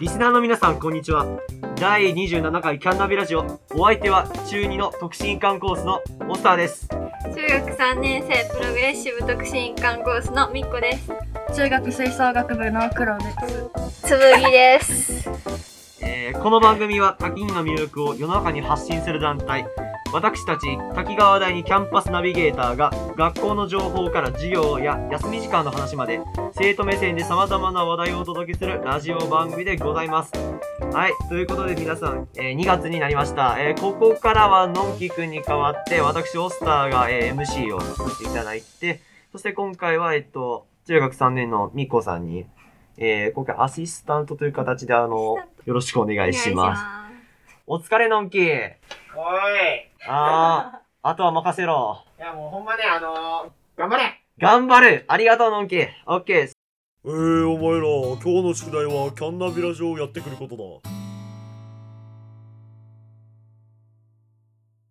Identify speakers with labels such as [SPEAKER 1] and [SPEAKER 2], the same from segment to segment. [SPEAKER 1] リスナーの皆さん、こんにちは。第27回キャンナビラジオ。お相手は、中2の特進館コースのオスターです。
[SPEAKER 2] 中学3年生プログレッシブ特進館コースのみっこです
[SPEAKER 3] 中学吹奏楽部の黒です。
[SPEAKER 2] つぶぎです
[SPEAKER 1] えーこの番組は、滝の魅力を世の中に発信する団体。私たち、滝川大にキャンパスナビゲーターが、学校の情報から授業や休み時間の話まで、生徒目線で様々な話題をお届けするラジオ番組でございます。はい、ということで皆さん、えー2月になりました。えーここからはのんきくんに代わって、私、オスターが、えー MC をさせていただいて、そして今回は、えっと、中学3年のみっこさんに、えー今回アシスタントという形で、あの、よろしくお願いします。お疲れのんき。
[SPEAKER 4] おい。
[SPEAKER 1] あー、あとは任せろ。
[SPEAKER 4] いや、もうほんまね、あのー、頑張れ
[SPEAKER 1] 頑張るありがとう、のんき。オッケー。
[SPEAKER 5] えー、お前ら、今日の宿題はキャンナビラジオをやってくることだ。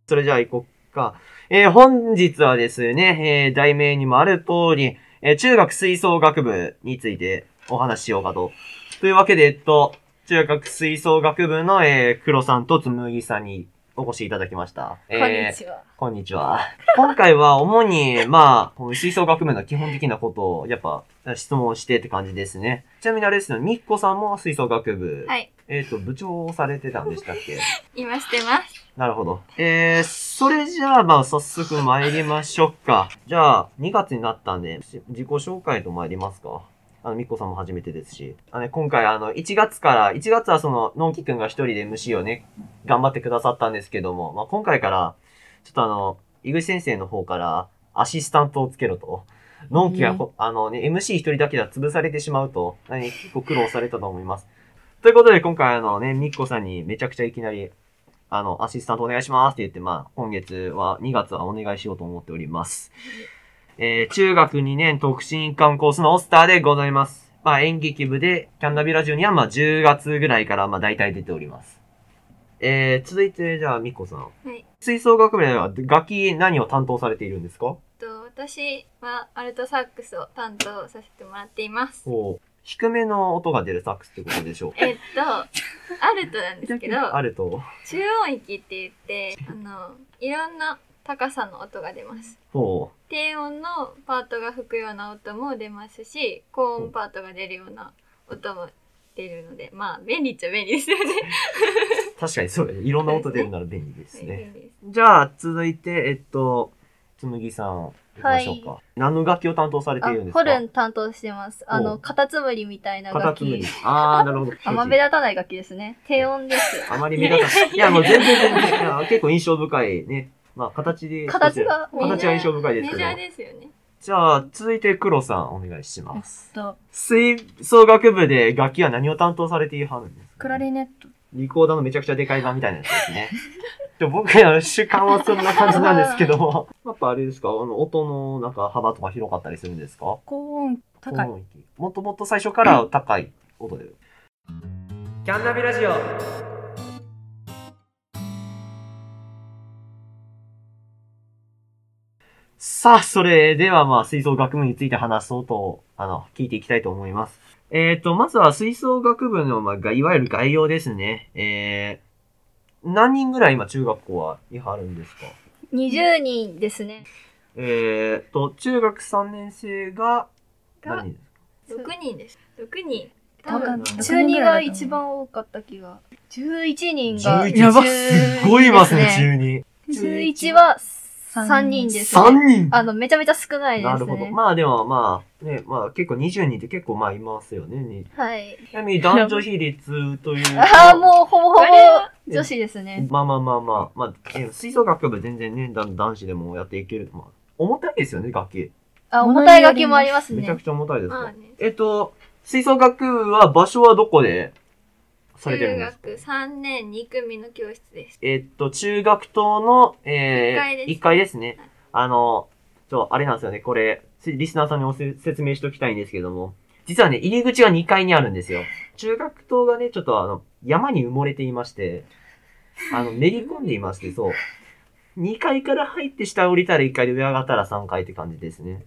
[SPEAKER 1] それじゃあ行こっか。えー本日はですね、えー題名にもある通り、えー中学吹奏楽部についてお話ししようかと。というわけで、えっと、中学吹奏楽部の、えー、黒さんとつむぎさんにお越しいただきました。えー
[SPEAKER 3] こんにちは。
[SPEAKER 1] こんにちは。今回は主に、まあ、この吹奏楽部の基本的なことを、やっぱ、質問してって感じですね。ちなみにあれですよ、みっこさんも吹奏楽部。
[SPEAKER 2] はい
[SPEAKER 1] えっ、と、部長をされてたんでしたっけ
[SPEAKER 2] 今してます
[SPEAKER 1] なるほど。えー、それじゃあ、まあ、早速参りましょうか。じゃあ、2月になったんで、し自己紹介と参りますか。あの、みっこさんも初めてですし。あのね、今回、あの、1月から、1月はその、のんきくんが一人で MC をね、頑張ってくださったんですけども、まあ、今回から、ちょっとあの、井口先生の方から、アシスタントをつけろと。のんきがこ、あのね、MC 一人だけでは潰されてしまうと、何、結構苦労されたと思います。ということで、今回あのね、みっこさんにめちゃくちゃいきなり、あの、アシスタントお願いしますって言って、まあ、今月は、2月はお願いしようと思っております。えー、中学2年特進館コースのオスターでございます。まあ、演劇部で、キャンダビラジオには、まあ、10月ぐらいから、まあ、大体出ております。えー、続いて、じゃあ、みっこさん。
[SPEAKER 2] はい
[SPEAKER 1] 吹奏楽部では、楽器何を担当されているんですか
[SPEAKER 2] と私はアルトサックスを担当させてもらっています
[SPEAKER 1] こう、低めの音が出るサックスってことでしょう。
[SPEAKER 2] えっとアルトなんですけど
[SPEAKER 1] あると、
[SPEAKER 2] 中音域って言ってあのいろんな高さの音が出ます
[SPEAKER 1] こう、
[SPEAKER 2] 低音のパートが吹くような音も出ますし高音パートが出るような音も出るのでまあ便利っちゃ便利ですよね
[SPEAKER 1] 確かにそうだね。いろんな音出るなら便利です
[SPEAKER 2] はい
[SPEAKER 1] ね。
[SPEAKER 2] 便利です
[SPEAKER 1] じゃあ、続いて、えっと、つむぎさん、行きましょうか。何の楽器を担当されているんですか
[SPEAKER 3] ホルン担当してます。あ
[SPEAKER 1] お
[SPEAKER 3] の、カタツムリみたいな
[SPEAKER 1] カタ
[SPEAKER 3] 楽
[SPEAKER 1] ツムリ
[SPEAKER 3] 器。。
[SPEAKER 1] あー、なるほど。
[SPEAKER 3] あま目立たない楽器ですね。低音です。
[SPEAKER 1] あまり目立たない。いや、もう全然全然いや。結構印象深いね。まあ、形で。
[SPEAKER 3] 形が
[SPEAKER 1] こちら形は印象深いですけ
[SPEAKER 2] メ
[SPEAKER 1] ど
[SPEAKER 2] ジ。ャーですよね
[SPEAKER 1] じゃあ、続いて黒さん、お願いします。
[SPEAKER 3] と、
[SPEAKER 1] 吹奏楽部で楽器は何を担当されていはるんですか
[SPEAKER 3] クラリネット。
[SPEAKER 1] リコーダーのめちゃくちゃでかい版みたいなやつですね。 で僕らの主観はそんな感じなんですけども。やっぱあれですかあの、音のなんか幅とか広かったりするんですか
[SPEAKER 3] 高音高い。
[SPEAKER 1] い。もともと最初から高い音で。キャンナビラジオ。さあ、それではまあ、吹奏楽部について話そうと、あの、聞いていきたいと思います。えっ、と、まずは吹奏楽部の、まあ、がいわゆる概要ですね。えー、何人ぐらい今中学校はいはるんですか
[SPEAKER 3] 20人ですね。
[SPEAKER 1] えっ、と、中学3年生が、
[SPEAKER 2] が
[SPEAKER 1] 何人
[SPEAKER 2] 六人です。六人。多
[SPEAKER 3] 多
[SPEAKER 2] 分
[SPEAKER 3] 分
[SPEAKER 1] 多分
[SPEAKER 3] 中2が一番多かった気が。11人が。
[SPEAKER 1] 11やば
[SPEAKER 3] 10
[SPEAKER 1] すごいいますね、中二。
[SPEAKER 3] 11は3人ですね。
[SPEAKER 1] 3人
[SPEAKER 3] あの、めちゃめちゃ少ないで
[SPEAKER 1] な
[SPEAKER 3] す
[SPEAKER 1] るほど。
[SPEAKER 3] ね。
[SPEAKER 1] まあでもまあ、ね、まあ結構20人って結構まあいますよね。に
[SPEAKER 3] はい。
[SPEAKER 1] ちなみに男女比率という
[SPEAKER 3] ああ、もうほぼほぼ
[SPEAKER 2] あれは
[SPEAKER 3] 女子ですね。
[SPEAKER 1] まあまあまあまあ、まあ、え吹奏楽部全然ね、だ男子でもやっていける。まあ、重たいですよね、楽器。
[SPEAKER 3] あ、重たい楽器もあります
[SPEAKER 1] めちゃ
[SPEAKER 3] ね
[SPEAKER 1] く。ちゃ重たいです
[SPEAKER 2] まあ
[SPEAKER 1] か。
[SPEAKER 2] ね。
[SPEAKER 1] えっと、吹奏楽部は場所はどこでされてる
[SPEAKER 2] 中
[SPEAKER 1] んですか
[SPEAKER 2] 学三年二組の教室です。
[SPEAKER 1] えっと、中学棟の、
[SPEAKER 2] 一
[SPEAKER 1] え
[SPEAKER 2] 階です
[SPEAKER 1] ー、1階ですね。あの、ちょ、あれなんですよね、これ、せリスナーさんにおせ説明しておきたいんですけども、実はね、入り口は2階にあるんですよ。中学棟がね、ちょっとあの、山に埋もれていまして、あの、めり込んでいまして、そう。2階から入って下降りたら1階で上上がったら3階って感じですね。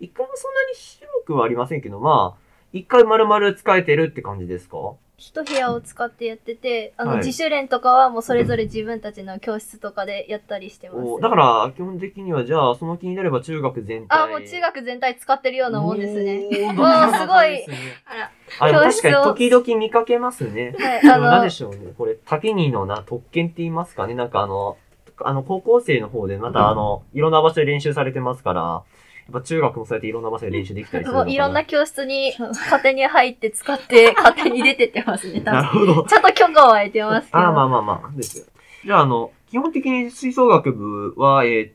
[SPEAKER 1] 1階もそんなに広くはありませんけど、まあ、1階丸々使えてるって感じですか
[SPEAKER 3] 一部屋を使ってやってて、あの、
[SPEAKER 1] はい
[SPEAKER 3] 自主練とかはもうそれぞれ自分たちの教室とかでやったりしてます。
[SPEAKER 1] おだから、基本的には、じゃあ、その気になれば中学全体。
[SPEAKER 3] あ、もう中学全体使ってるようなもんですね。
[SPEAKER 1] おー。
[SPEAKER 3] わーすごい
[SPEAKER 1] ですね
[SPEAKER 2] あら、
[SPEAKER 1] あ、でも
[SPEAKER 3] 教
[SPEAKER 1] 確
[SPEAKER 3] 室を
[SPEAKER 1] かに時々見かけますね。
[SPEAKER 3] はい、
[SPEAKER 1] あの、なん
[SPEAKER 3] あ
[SPEAKER 1] で
[SPEAKER 3] の、
[SPEAKER 1] しょうね。これ、竹にのな、特権って言いますかね。なんかあの、あの、高校生の方で、またあの、いろんな場所で練習されてますから、やっぱ中学もそうやっていろんな場所で練習できたりするの
[SPEAKER 3] も
[SPEAKER 1] か
[SPEAKER 3] う
[SPEAKER 1] な。
[SPEAKER 3] いろんな教室に勝手に入って 使って、勝手に出てってますね、多
[SPEAKER 1] なる
[SPEAKER 3] 分。
[SPEAKER 1] ほど。
[SPEAKER 3] ちゃんと許可は得てますけど。
[SPEAKER 1] あーまあまあまあ、ですよ。じゃあ、あの、基本的に吹奏楽部は、えー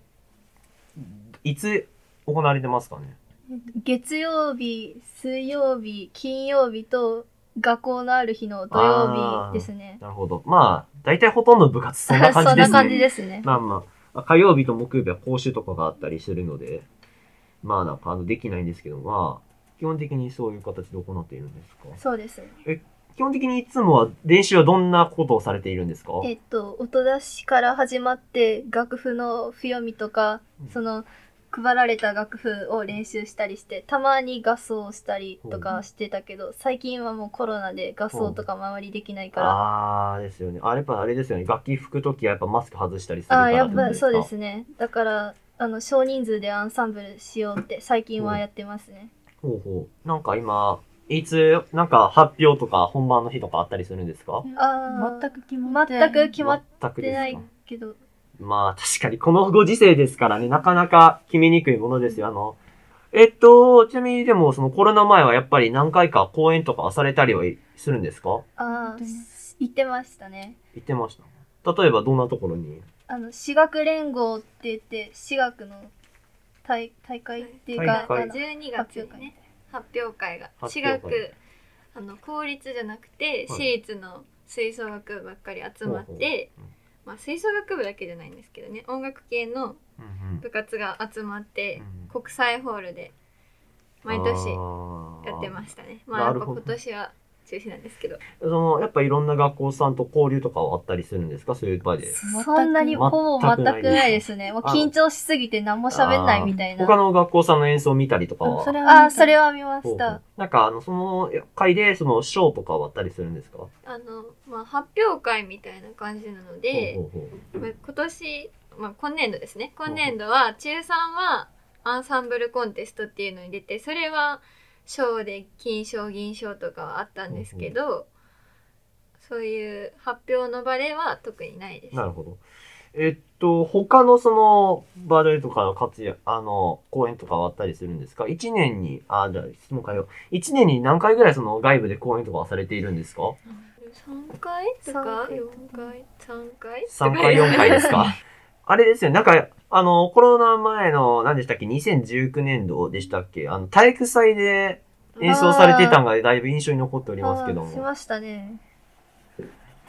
[SPEAKER 1] いつ行われてますかね。
[SPEAKER 3] 月曜日、水曜日、金曜日と学校のある日の土曜日ですね。
[SPEAKER 1] なるほど。まあ、大体ほとんど部活そんな感じですね。
[SPEAKER 3] そんな感じですね。
[SPEAKER 1] まあまあ、火曜日と木曜日は講習とかがあったりするので、まあなんかあのできないんですけど、まあ、基本的にそういう形で行っているんですか
[SPEAKER 3] そうですね。
[SPEAKER 1] 基本的にいつもは練習はどんなことをされているんですか
[SPEAKER 3] えっと、音出しから始まって、楽譜の不読みとか
[SPEAKER 1] うん、
[SPEAKER 3] その、配られた楽譜を練習したりして、たまに合奏をしたりとかしてたけど、最近はもうコロナで合奏とか周りできないから、
[SPEAKER 1] ああですよね。あれやっぱあれですよね。楽器吹くときはやっぱマスク外したりするか
[SPEAKER 3] ああ
[SPEAKER 1] ら
[SPEAKER 3] ー、やっぱ
[SPEAKER 1] て
[SPEAKER 3] そ
[SPEAKER 1] こ
[SPEAKER 3] う
[SPEAKER 1] と
[SPEAKER 3] で
[SPEAKER 1] か
[SPEAKER 3] すね。だから、あの、少人数でアンサンブルしようって、最近はやってますね。
[SPEAKER 1] ほうほう。なんか今、いつ、なんか発表とか本番の日とかあったりするんですか
[SPEAKER 3] あー
[SPEAKER 6] 全く決まって
[SPEAKER 3] 全く決まっ
[SPEAKER 1] 全く
[SPEAKER 3] て
[SPEAKER 1] で
[SPEAKER 3] な
[SPEAKER 1] す
[SPEAKER 3] い
[SPEAKER 1] か
[SPEAKER 3] けど、
[SPEAKER 1] まあ確かにこのご時世ですからね、なかなか決めにくいものですよ。あの、えっと、ちなみにでもそのコロナ前はやっぱり何回か公演とかされたりはするんですか
[SPEAKER 3] ああ
[SPEAKER 6] 本当に、
[SPEAKER 3] 言ってましたね。
[SPEAKER 1] 言ってました。例えばどんなところに
[SPEAKER 3] あの、私学連合って言って、私学の大大会っていうか、
[SPEAKER 1] 大会
[SPEAKER 3] あの
[SPEAKER 2] 12月
[SPEAKER 3] 発表
[SPEAKER 2] に
[SPEAKER 3] 会
[SPEAKER 2] ね、発表会が。
[SPEAKER 1] 発
[SPEAKER 2] 私
[SPEAKER 1] 表会
[SPEAKER 2] 学、あの、公立じゃなくて、私立の吹奏楽部ばっかり集ま
[SPEAKER 1] ほ
[SPEAKER 2] っ
[SPEAKER 1] うほう
[SPEAKER 2] て、まあ、吹奏楽部だけじゃないんですけどね、音楽系
[SPEAKER 1] う
[SPEAKER 2] の
[SPEAKER 1] んうん
[SPEAKER 2] 部活が集まって、
[SPEAKER 1] うん。
[SPEAKER 2] 国際ホールで、毎年やってますしたね。まあ、
[SPEAKER 1] な
[SPEAKER 2] やっ
[SPEAKER 1] る
[SPEAKER 2] ぱ
[SPEAKER 1] ほど
[SPEAKER 2] 今年は中止なんですけど。
[SPEAKER 1] その、やっぱいろんな学校さんと交流とかはあったりするんですかそういう場で。
[SPEAKER 3] そんなに
[SPEAKER 1] 全く
[SPEAKER 3] ほぼ全くないですね。もう
[SPEAKER 1] あの
[SPEAKER 3] 緊張しすぎて何も喋んないみたい
[SPEAKER 1] あー他
[SPEAKER 3] な。
[SPEAKER 1] の学校さんの演奏を見たりとかは。
[SPEAKER 6] それは
[SPEAKER 3] ああ、それは見
[SPEAKER 1] ほう
[SPEAKER 3] ま
[SPEAKER 1] ほ
[SPEAKER 3] し
[SPEAKER 1] う
[SPEAKER 3] た。
[SPEAKER 1] なんかあの、その会でそのショーとかはあったりするんですか
[SPEAKER 2] あの、まあ、発表会みたいな感じなので、
[SPEAKER 1] ほうほうほう
[SPEAKER 2] まあ今年、まあ、今年度ですね今年度は中3はアンサンブルコンテストっていうのに出てそれは賞で金賞銀賞とかはあったんですけどそういう発表の場では特にないです。
[SPEAKER 1] なるほど。えっと、他のその、バレエとかの活躍、あの、公演とかはあったりするんですか一年に、あ、じゃあ質問変えよう。一年に何回ぐらいその外部で公演とかはされているんですか
[SPEAKER 2] 3回とか4回3回
[SPEAKER 1] ?3 回、4回ですか あれですよね、なんか、あの、コロナ前の、何でしたっけ ?2019 年度でしたっけあの、体育祭で演奏されていたのがだいぶ印象に残っておりますけど
[SPEAKER 3] あーし
[SPEAKER 1] も。
[SPEAKER 3] ましたね。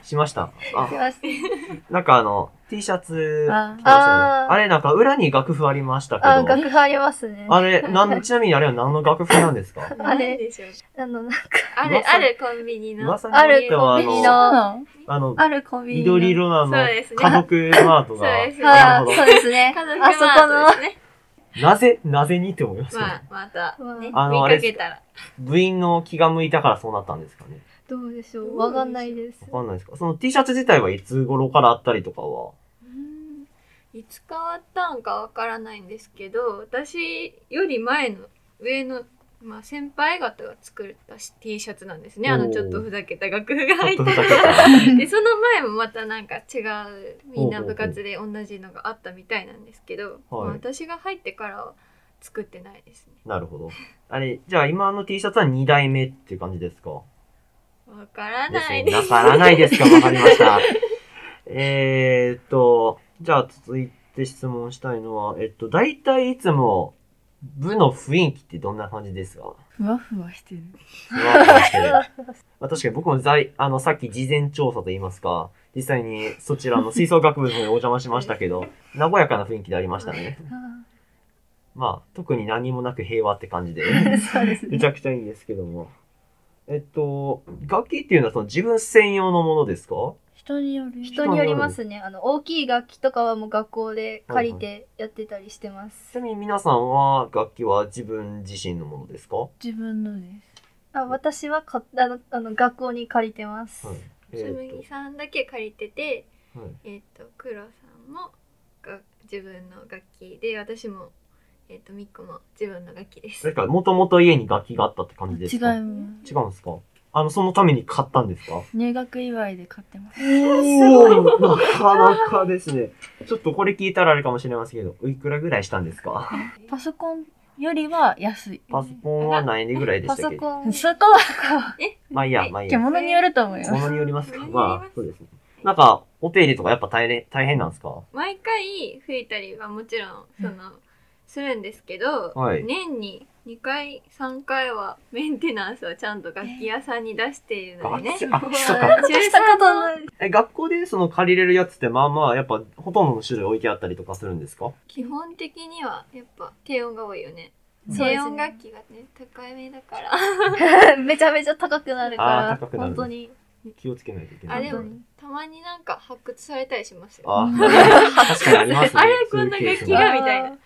[SPEAKER 1] しました。あ
[SPEAKER 3] し、ました。
[SPEAKER 1] なんかあの、T シャツ、
[SPEAKER 6] あ
[SPEAKER 1] 着てましたね
[SPEAKER 6] ー
[SPEAKER 3] あー
[SPEAKER 1] あれなんか裏に楽譜ありましたけど。
[SPEAKER 3] あー、楽譜ありますね。
[SPEAKER 1] あれ、なん、ちなみにあれは何の楽譜なんです か
[SPEAKER 2] あれでしょう
[SPEAKER 3] あの、なんか、
[SPEAKER 2] あるあるコンビニの
[SPEAKER 1] 噂に
[SPEAKER 3] あ
[SPEAKER 1] よ
[SPEAKER 3] る
[SPEAKER 1] ると
[SPEAKER 3] コ
[SPEAKER 1] あ
[SPEAKER 3] ンビニ
[SPEAKER 1] の、
[SPEAKER 3] の、
[SPEAKER 1] あの、
[SPEAKER 6] あるコンビニの
[SPEAKER 1] 緑色な
[SPEAKER 2] そうですね
[SPEAKER 1] あの、家族マートが
[SPEAKER 2] そうで、すね
[SPEAKER 1] な
[SPEAKER 3] あ
[SPEAKER 1] る
[SPEAKER 3] ー
[SPEAKER 1] ほ
[SPEAKER 3] そうですね。
[SPEAKER 2] 家族
[SPEAKER 3] あそこ
[SPEAKER 2] マー
[SPEAKER 3] の
[SPEAKER 2] ト、ですね
[SPEAKER 1] なぜ、なぜにって思いますけど、
[SPEAKER 2] まあまたね見
[SPEAKER 1] あのあれ
[SPEAKER 2] かけたら
[SPEAKER 1] 部員の気が向いたからそうなったんですかね。
[SPEAKER 3] どうでしょうわかんないです。
[SPEAKER 1] わかんないですかその T シャツ自体はいつ頃からあったりとかは。
[SPEAKER 2] うんいつ変わったんかわからないんですけど私より前の上の、まあ、先輩方が作ったし T シャツなんですねあ
[SPEAKER 1] お
[SPEAKER 2] の
[SPEAKER 1] ー
[SPEAKER 2] ちょっとふざけた楽譜が
[SPEAKER 1] ちょ
[SPEAKER 2] 入
[SPEAKER 1] っ
[SPEAKER 2] っ
[SPEAKER 1] と
[SPEAKER 2] た
[SPEAKER 1] ふざけた。
[SPEAKER 2] でその前もまたなんか違うみんな
[SPEAKER 1] おうおうおう
[SPEAKER 2] 部活で同じのがあったみたいなんですけど、まあ
[SPEAKER 1] はい
[SPEAKER 2] 私が入ってからは作ってないですね
[SPEAKER 1] なるほど。あれ、じゃあ今の T シャツは2代目っていう感じですか
[SPEAKER 2] わから
[SPEAKER 1] です
[SPEAKER 2] ない
[SPEAKER 1] ね
[SPEAKER 2] です
[SPEAKER 1] わからないですかわかりました。 えーっと、じゃあ続いて質問したいのは、えっと、大体いつも部の雰囲気ってどんな感じですか
[SPEAKER 6] ふわふわしてる
[SPEAKER 1] ふわふわしてる まあ確かに僕も在、あの、さっき事前調査と言いますか、実際にそちらの吹奏楽部の方にお邪魔しましたけど、和やかな雰囲気でありましたね。まあ、特に何もなく平和って感じで。
[SPEAKER 6] そうです
[SPEAKER 1] めちゃくちゃいいんですけども。えっと、楽器っていうのはその自分専用のものですか
[SPEAKER 6] 人による
[SPEAKER 3] 人によりますね。あの、大きい楽器とかはもう学校で借りてやってたりしてます。
[SPEAKER 1] ちなみに皆さんは楽器は自分自身のものですか
[SPEAKER 6] 自分のです
[SPEAKER 3] あ私はかあのあの学校に借りてます、
[SPEAKER 1] はい。え
[SPEAKER 2] つむ
[SPEAKER 1] ー
[SPEAKER 2] ぎ
[SPEAKER 1] っ
[SPEAKER 2] さんだけ借りてて
[SPEAKER 1] と、はい。
[SPEAKER 2] えっ、と黒さんもが自分の楽器で私もえっ、とみっこも自分の楽器で
[SPEAKER 1] あれ
[SPEAKER 2] す
[SPEAKER 1] か、もともと家に楽器があったって感じですか
[SPEAKER 6] 違
[SPEAKER 1] う。違
[SPEAKER 6] う
[SPEAKER 1] うんですかあの、そのために買ったんですか
[SPEAKER 6] 入学祝いで買ってます
[SPEAKER 1] おおなかなかですね。ちょっとこれ聞いたらあれかもしれませんけど、おいくらぐらいしたんですか
[SPEAKER 6] パソコンよりは安い
[SPEAKER 1] パソコンは何円ぐらいで
[SPEAKER 3] パ
[SPEAKER 1] したっ
[SPEAKER 3] ソ
[SPEAKER 1] け
[SPEAKER 3] コン
[SPEAKER 6] そこは
[SPEAKER 1] まあいいや、まあいいや。も
[SPEAKER 6] 獣によると思います
[SPEAKER 1] のにより ますか
[SPEAKER 2] 物によります
[SPEAKER 1] まあ、そうですね。なんか、お手入れとかやっぱ大変大変なんですか
[SPEAKER 2] 毎回吹いたりはもちろんそのするんですけど、
[SPEAKER 1] はい
[SPEAKER 2] 年に2回3回はメンテナンスはちゃんと楽器屋さんに出しているの
[SPEAKER 1] 楽
[SPEAKER 2] でね
[SPEAKER 1] 器、あ、そう か。
[SPEAKER 3] したことない
[SPEAKER 1] え、学校でその借りれるやつってまあまあ、やっぱほとんどの種類置いてあったりとかするんですか
[SPEAKER 2] 基本的にはやっぱ低音が多いよね
[SPEAKER 1] うん
[SPEAKER 2] 低音楽器がね高めだか ら
[SPEAKER 3] めちゃめちゃ高くなるか
[SPEAKER 1] あー
[SPEAKER 3] ら
[SPEAKER 1] 高くなる
[SPEAKER 3] 本当に
[SPEAKER 1] 気をつけないといけない。
[SPEAKER 2] あでも
[SPEAKER 1] 本当に
[SPEAKER 2] たまになんか発掘されたりしますよ
[SPEAKER 1] あ、確かにありますね。
[SPEAKER 2] あれこんな
[SPEAKER 1] そういうケース
[SPEAKER 2] 楽器
[SPEAKER 1] も
[SPEAKER 2] がみたい
[SPEAKER 3] あ
[SPEAKER 2] な
[SPEAKER 3] ー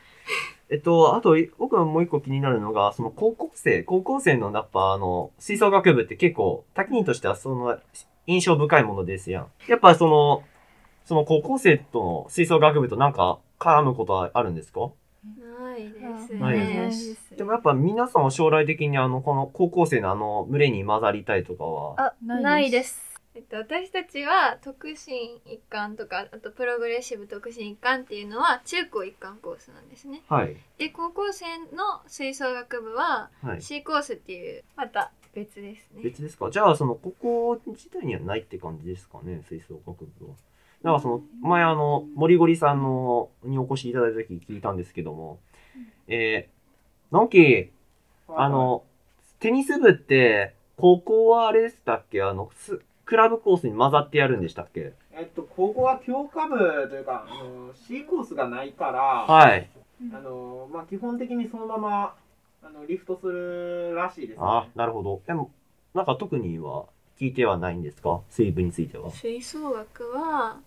[SPEAKER 1] えっと、あと、い僕はもう一個気になるのが、その高校生、高校生のやっぱあの、吹奏楽部って結構、他人としてはその、印象深いものですやん。やっぱその、その高校生との吹奏楽部となんか絡むことはあるんですか
[SPEAKER 2] ないです
[SPEAKER 1] ない
[SPEAKER 2] ね
[SPEAKER 6] です
[SPEAKER 1] でもやっぱ皆さんは将来的にあの、この高校生のあの、群れに混ざりたいとかは、
[SPEAKER 3] あないです
[SPEAKER 2] えっと、私たちは特進一貫とかあとプログレッシブ特進一貫っていうのは中高一貫コースなんですね
[SPEAKER 1] はい。
[SPEAKER 2] で高校生の吹奏楽部は
[SPEAKER 1] はい。
[SPEAKER 2] C コースっていうまた別ですね
[SPEAKER 1] 別ですかじゃあ、その、ここ自体にはないって感じですかね、吹奏楽部は。なんかその、前あの、森ゴリさんの、にお越しいただいた時聞いたんですけども、えー、のんき、あ、の、テニス部って、高校はあれでしたっけあの、すクラブコースに混ざってやるんでしたっけ
[SPEAKER 4] えっと、ここは強化部というか、あの C コースがないから、
[SPEAKER 1] はい。
[SPEAKER 4] あのまあ、基本的にそのままあのリフトするらしいですね。
[SPEAKER 1] あ、なるほど。でも、なんか特には聞いてはないんですか水部については。
[SPEAKER 2] 吹奏楽は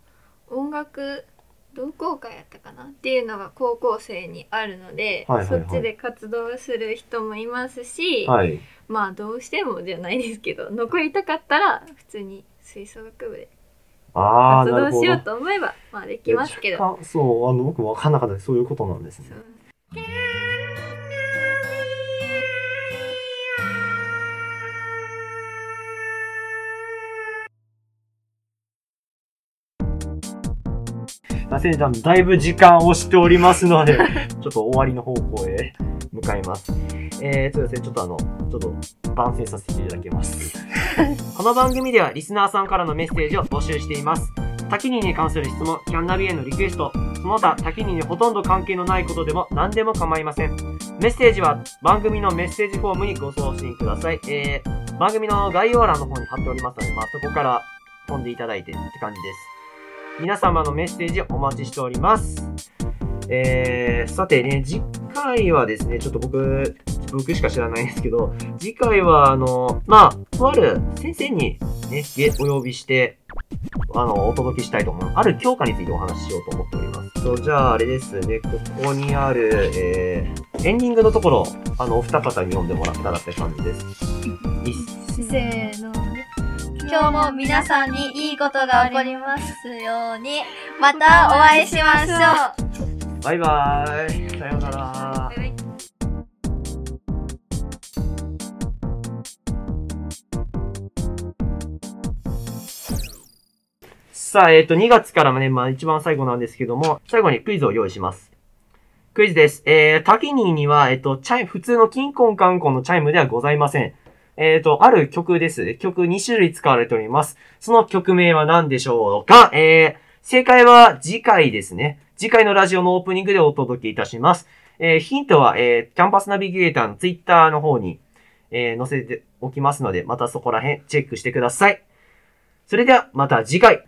[SPEAKER 2] 音楽同好会やったかなっていうのが高校生にあるので、
[SPEAKER 1] はいはいはい
[SPEAKER 2] そっちで活動する人もいますし、
[SPEAKER 1] はい。
[SPEAKER 2] まあどうしてもじゃないですけど残りたかったら普通に吹奏楽部で
[SPEAKER 1] ああ、
[SPEAKER 2] 活
[SPEAKER 1] なる
[SPEAKER 2] 動
[SPEAKER 1] ほ
[SPEAKER 2] しよう
[SPEAKER 1] ど。
[SPEAKER 2] と思えばまあできますけど。
[SPEAKER 1] 若干そう、あの、僕分かんなかったですそういうことなんですね
[SPEAKER 2] そ。う
[SPEAKER 1] まあ、せんちゃん、だいぶ時間をしておりますの で、ちょっと終わりの方向へ向かいます。えー、そうですね、ちょっとあの、ちょっと番宣させていただき ます。この番組ではリスナーさんからのメッセージを募集しています。タキニに関する質問、キャンナビへのリクエスト、その他タキニにほとんど関係のないことでも何でも構いません。メッセージは番組のメッセージフォームにご送信ください。えー、番組の概要欄の方に貼っておりますので、まあ、そこから飛んでいただいてって感じです。皆様のメッセージお待ちしております。えー、さてね、次回はですね、ちょっと僕、僕しか知らないんですけど、次回は、あの、まあ、とある先生にね、ゲお呼びして、あの、お届けしたいと思う。ある教科についてお話ししようと思っております。とじゃあ、あれですね、ここにある、えー、エンディングのところ、あの、お二方に読んでもらったらって感じです。いっ
[SPEAKER 3] せーの今日も皆さんにいいことが起こりますようにまたお会いしましょう
[SPEAKER 1] バイバーイ。さようなら
[SPEAKER 2] バイ。バイ
[SPEAKER 1] さあ、えっ、と、2月からね、まあ一番最後なんですけども、最後にクイズを用意します。クイズです。えー、タキニーには、えっ、と、チャイム、普通のキンコンカンコンのチャイムではございません。えっ、と、ある曲です。曲2種類使われております。その曲名は何でしょうかえー、正解は次回ですね。次回のラジオのオープニングでお届けいたします。えー、ヒントは、えー、キャンパスナビゲーターのツイッターの方に、えー、載せておきますので、またそこら辺チェックしてください。それでは、また次回。